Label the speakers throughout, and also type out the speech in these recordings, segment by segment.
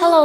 Speaker 1: Hello，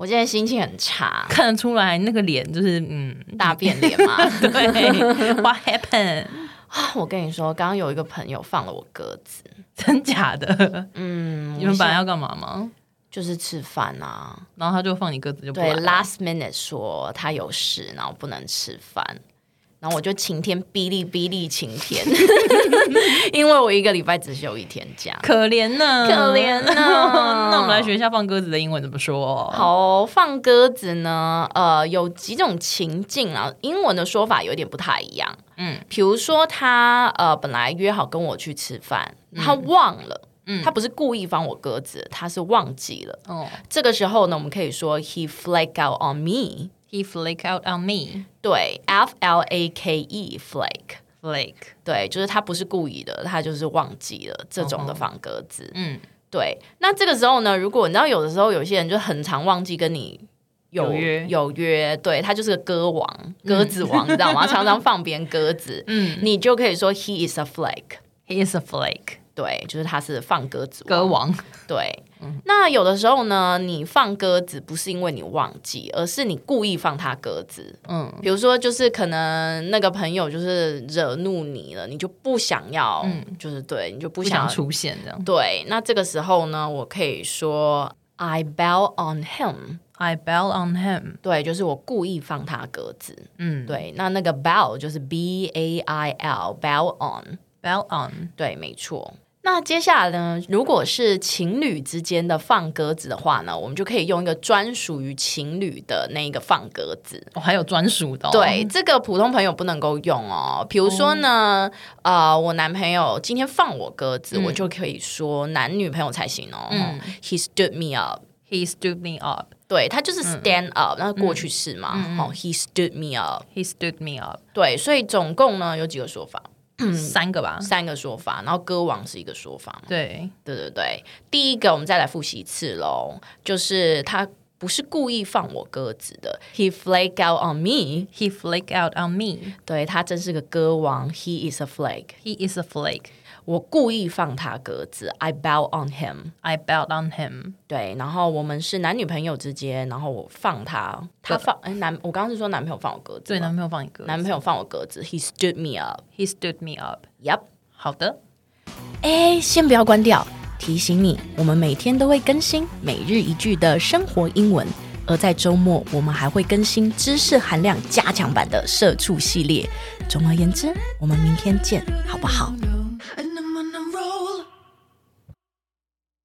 Speaker 1: 我现在心情很差，
Speaker 2: 看得出来那个脸就是嗯，
Speaker 1: 大变脸嘛。
Speaker 2: 对，What happened？
Speaker 1: 啊我跟你说，刚刚有一个朋友放了我鸽子，
Speaker 2: 真假的？
Speaker 1: 嗯，
Speaker 2: 你们本
Speaker 1: 我现在
Speaker 2: 来要干嘛吗？
Speaker 1: 就是吃饭啊，
Speaker 2: 然后他就放你鸽子就不啊
Speaker 1: 对
Speaker 2: 来了。
Speaker 1: ，last minute 说他有事，然后不能吃饭，然后我就晴天霹雳霹雳晴 天，因为我一个礼拜只休一天假，嗯
Speaker 2: 可怜呢，
Speaker 1: 可怜呢
Speaker 2: 那我们来学一下放鸽子的英文怎么说。，
Speaker 1: 好哦、放鸽子呢，呃，有几种情境啊，英文的说法有点不太一样。嗯
Speaker 2: 嗯，
Speaker 1: 比如说他呃本来约好跟我去吃饭，他忘了，他不是故意放我鸽子，他是忘记了。
Speaker 2: 哦
Speaker 1: 这个时候呢，我们可以说 he flake out on me，
Speaker 2: ，He flake out on me,
Speaker 1: 对，f l a k e flake。
Speaker 2: flake。
Speaker 1: 对，就是他不是故意的，他就是忘记了这种的放鸽子。
Speaker 2: 嗯，
Speaker 1: 对，那这个时候呢，如果你知道有的时候有些人就很常忘记跟你有
Speaker 2: 有约嗯
Speaker 1: 有约，对他就是个鸽王、鸽子王，你知道吗？常常放别人鸽 子，嗯，你就可以说 he is a flake，
Speaker 2: He is a flake，
Speaker 1: 对，就是他是放鸽子
Speaker 2: 鸽王。嗯
Speaker 1: 对。那有的时候呢，你放鸽子不是因为你忘记，而是你故意放他鸽子。
Speaker 2: 嗯，
Speaker 1: 比如说，就是可能那个朋友就是惹怒你了，你就不想要，就是对，你就不
Speaker 2: 嗯不
Speaker 1: 想
Speaker 2: 想
Speaker 1: 要
Speaker 2: 出现这样。
Speaker 1: 对，那这个时候呢，我可以说 I bell on him。
Speaker 2: I bell on him。
Speaker 1: 对，就是我故意放他鸽子。
Speaker 2: 嗯
Speaker 1: 对，那那个 bell 就是 b a i l bell on。
Speaker 2: ，bell on。
Speaker 1: 对，没错。那接下来呢，如果是情侣之间的放鸽子的话呢，我们就可以用一个专属于情侣的那一个放鸽子。
Speaker 2: 我哦还有专属的。
Speaker 1: 对，，这个普通朋友不能够用哦。比如说呢，呃，我男朋友今天放我鸽子，我就可以说男女朋友才行哦。He stood me up，
Speaker 2: He stood me up.
Speaker 1: 对他就是 stand up，那、过去式嘛。哦，He stood me up，
Speaker 2: He stood me up.
Speaker 1: 对，所以总共呢有几个说法，
Speaker 2: 嗯三个吧。
Speaker 1: 三个说法，然后歌王是一个说法嘛。
Speaker 2: 对，
Speaker 1: 对对对，第一个我们再来复习一次喽，就是他不是故意放我鸽子的，He flake out on me，
Speaker 2: He flake out on me.
Speaker 1: 对他真是个歌王，He is a flake。
Speaker 2: He is a flake.
Speaker 1: 我故意放他鸽子，I bow on him。
Speaker 2: I belled on him.
Speaker 1: 对，然后我们是男女朋友之间，然后我放他，他放哎男，我刚刚是说男朋友放我鸽子，
Speaker 2: 对，，男朋友放一个。
Speaker 1: 男朋友放我鸽子，He stood me up。
Speaker 2: He stood me up.
Speaker 1: Yep，
Speaker 2: 好的，
Speaker 1: 哎，先不要关掉，提醒你，我们每天都会更新每日一句的生活英文，而在周末我们还会更新知识含量加强版的社畜系列。总而言之，我们明天见，好不好？
Speaker 3: No,